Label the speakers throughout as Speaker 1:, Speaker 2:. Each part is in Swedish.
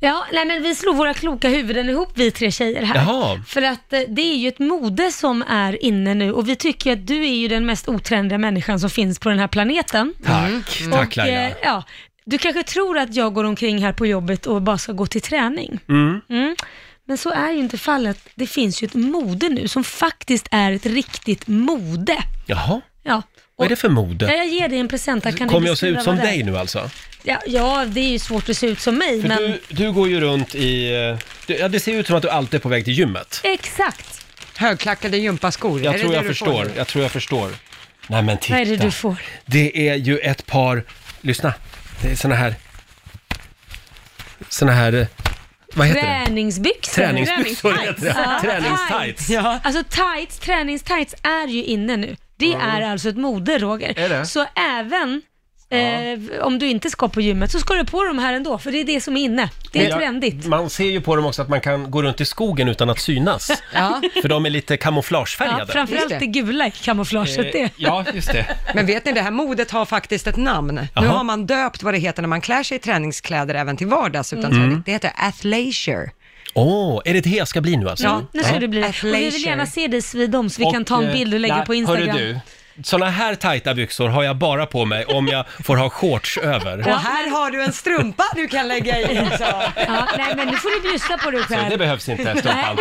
Speaker 1: Ja, nej men vi slår våra kloka huvuden ihop vi tre tjejer här.
Speaker 2: Jaha.
Speaker 1: För att eh, det är ju ett mode som är inne nu och vi tycker att du är ju den mest otrendiga människan som finns på den här planeten.
Speaker 2: Tack, Mm. tack
Speaker 1: Och,
Speaker 2: Laila.
Speaker 1: eh, ja, du kanske tror att jag går omkring här på jobbet och bara ska gå till träning.
Speaker 2: Mm.
Speaker 1: Mm. Men så är ju inte fallet. Det finns ju ett mode nu som faktiskt är ett riktigt mode.
Speaker 2: Jaha,
Speaker 1: Ja.
Speaker 2: vad är det för
Speaker 1: Ja,
Speaker 2: mode?
Speaker 1: jag ger dig en present. här. Kan du
Speaker 2: Kommer jag se
Speaker 1: beskriva
Speaker 2: ut som
Speaker 1: vad det är?
Speaker 2: dig nu alltså?
Speaker 1: Ja, ja, det är ju svårt att se ut som mig,
Speaker 2: För
Speaker 1: men...
Speaker 2: du, du går ju runt i... eh, du- Ja, det ser ut som att du alltid är på väg till gymmet.
Speaker 1: Exakt.
Speaker 3: Högklackade gympaskor. är
Speaker 2: Jag
Speaker 3: det
Speaker 2: tror
Speaker 3: det
Speaker 2: jag
Speaker 3: du får
Speaker 2: förstår,
Speaker 3: nu?
Speaker 2: jag tror jag förstår. Nej men titta.
Speaker 1: Vad är det du får?
Speaker 2: Det är ju ett par, lyssna, det är såna här, såna här, eh, vad heter det?
Speaker 1: Träningsbyxor.
Speaker 2: Träningsbyxor heter det.
Speaker 1: Ja,
Speaker 2: Träningstights.
Speaker 3: Ja.
Speaker 1: Alltså tights, träningstights är ju inne nu. Det är alltså ett mode, Roger.
Speaker 3: Är det?
Speaker 1: Så även eh, om du inte ska på gymmet så ska du på de här ändå, för det är det som är inne. Det är
Speaker 2: Men jag-
Speaker 1: trendigt.
Speaker 2: Man ser ju på dem också att man kan gå runt i skogen utan att synas.
Speaker 3: Ja.
Speaker 2: För de är lite
Speaker 1: Ja,
Speaker 2: kamouflagefärgade.
Speaker 1: framförallt
Speaker 3: Just
Speaker 1: det
Speaker 3: det.
Speaker 1: gula i
Speaker 2: Eh,
Speaker 1: kamouflaget. Det.
Speaker 2: Ja, just det.
Speaker 3: Men vet ni, det här modet har faktiskt ett namn. Nu
Speaker 2: Jaha.
Speaker 3: har man döpt vad det heter när man klär sig i träningskläder även till vardags utan
Speaker 2: Mm.
Speaker 3: träning. Det heter athleisure.
Speaker 2: Åh, är det det jag ska bli nu alltså?
Speaker 1: Ja, nu ska det bli
Speaker 4: Äh,
Speaker 1: det. Och vi vill
Speaker 3: Athleisure.
Speaker 1: gärna se dig svida om så vi kan ta en bild och lägga på Instagram.
Speaker 2: eh, Hörru du, såna här tajta byxor har jag bara på mig om jag får ha shorts över.
Speaker 3: Och här har du en strumpa du kan lägga i också.
Speaker 1: Ja, nej, men nu får du bjussa på dig
Speaker 2: Så det
Speaker 1: själv.
Speaker 2: behövs inte, Stefan.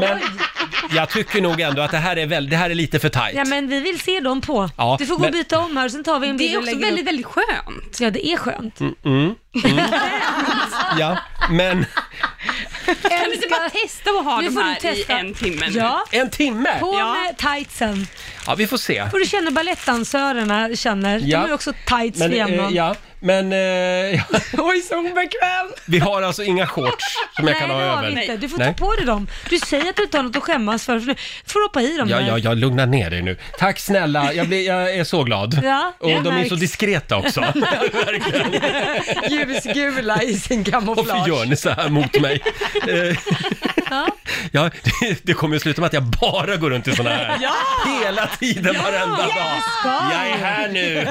Speaker 1: Nej,
Speaker 2: Men jag tycker nog ändå att det här är, väl, det här är lite för tajt.
Speaker 1: Ja, men vi vill se dem på.
Speaker 2: Ja,
Speaker 1: du får gå
Speaker 2: men-
Speaker 1: och byta om här, sen tar vi en bild
Speaker 4: Det är
Speaker 1: och
Speaker 4: också
Speaker 1: lägger
Speaker 4: väldigt,
Speaker 1: upp.
Speaker 4: väldigt skönt.
Speaker 1: Ja, det är skönt.
Speaker 2: Ja, men
Speaker 4: Kan du inte bara testa att ha
Speaker 1: Nu
Speaker 4: de
Speaker 1: får du
Speaker 4: här
Speaker 1: testa.
Speaker 4: i en timme? nu?
Speaker 1: Ja,
Speaker 2: en timme!
Speaker 1: på
Speaker 4: Ja.
Speaker 1: med tightsen.
Speaker 2: Ja, vi får se.
Speaker 1: Och du känner balettdansörerna känner.
Speaker 2: Ja.
Speaker 1: De är också tights
Speaker 2: Men,
Speaker 1: men,
Speaker 2: eh, ja, men eh, ja,
Speaker 3: Oj, så obekväm.
Speaker 2: vi har alltså inga shorts som jag
Speaker 1: Nej,
Speaker 2: kan ha
Speaker 1: det har
Speaker 2: över.
Speaker 1: vi inte. Du får
Speaker 2: Nej.
Speaker 1: ta på dig dem. Du säger att du inte har något att skämmas för. för du får hoppa i dem
Speaker 2: Ja,
Speaker 1: här.
Speaker 2: ja, jag lugnar ner dig nu. Tack snälla, jag, blir, jag är så glad.
Speaker 1: Ja,
Speaker 2: och
Speaker 1: jag
Speaker 2: de är
Speaker 1: märks.
Speaker 2: så diskreta också.
Speaker 3: Ljusgula i sin
Speaker 2: Varför gör
Speaker 3: kamouflage.
Speaker 2: ni så här mot mig? Eh,
Speaker 1: Ja.
Speaker 2: ja, det, det kommer ju sluta med att jag bara går runt i såna här. Hela tiden, varenda dag. Jag är här nu!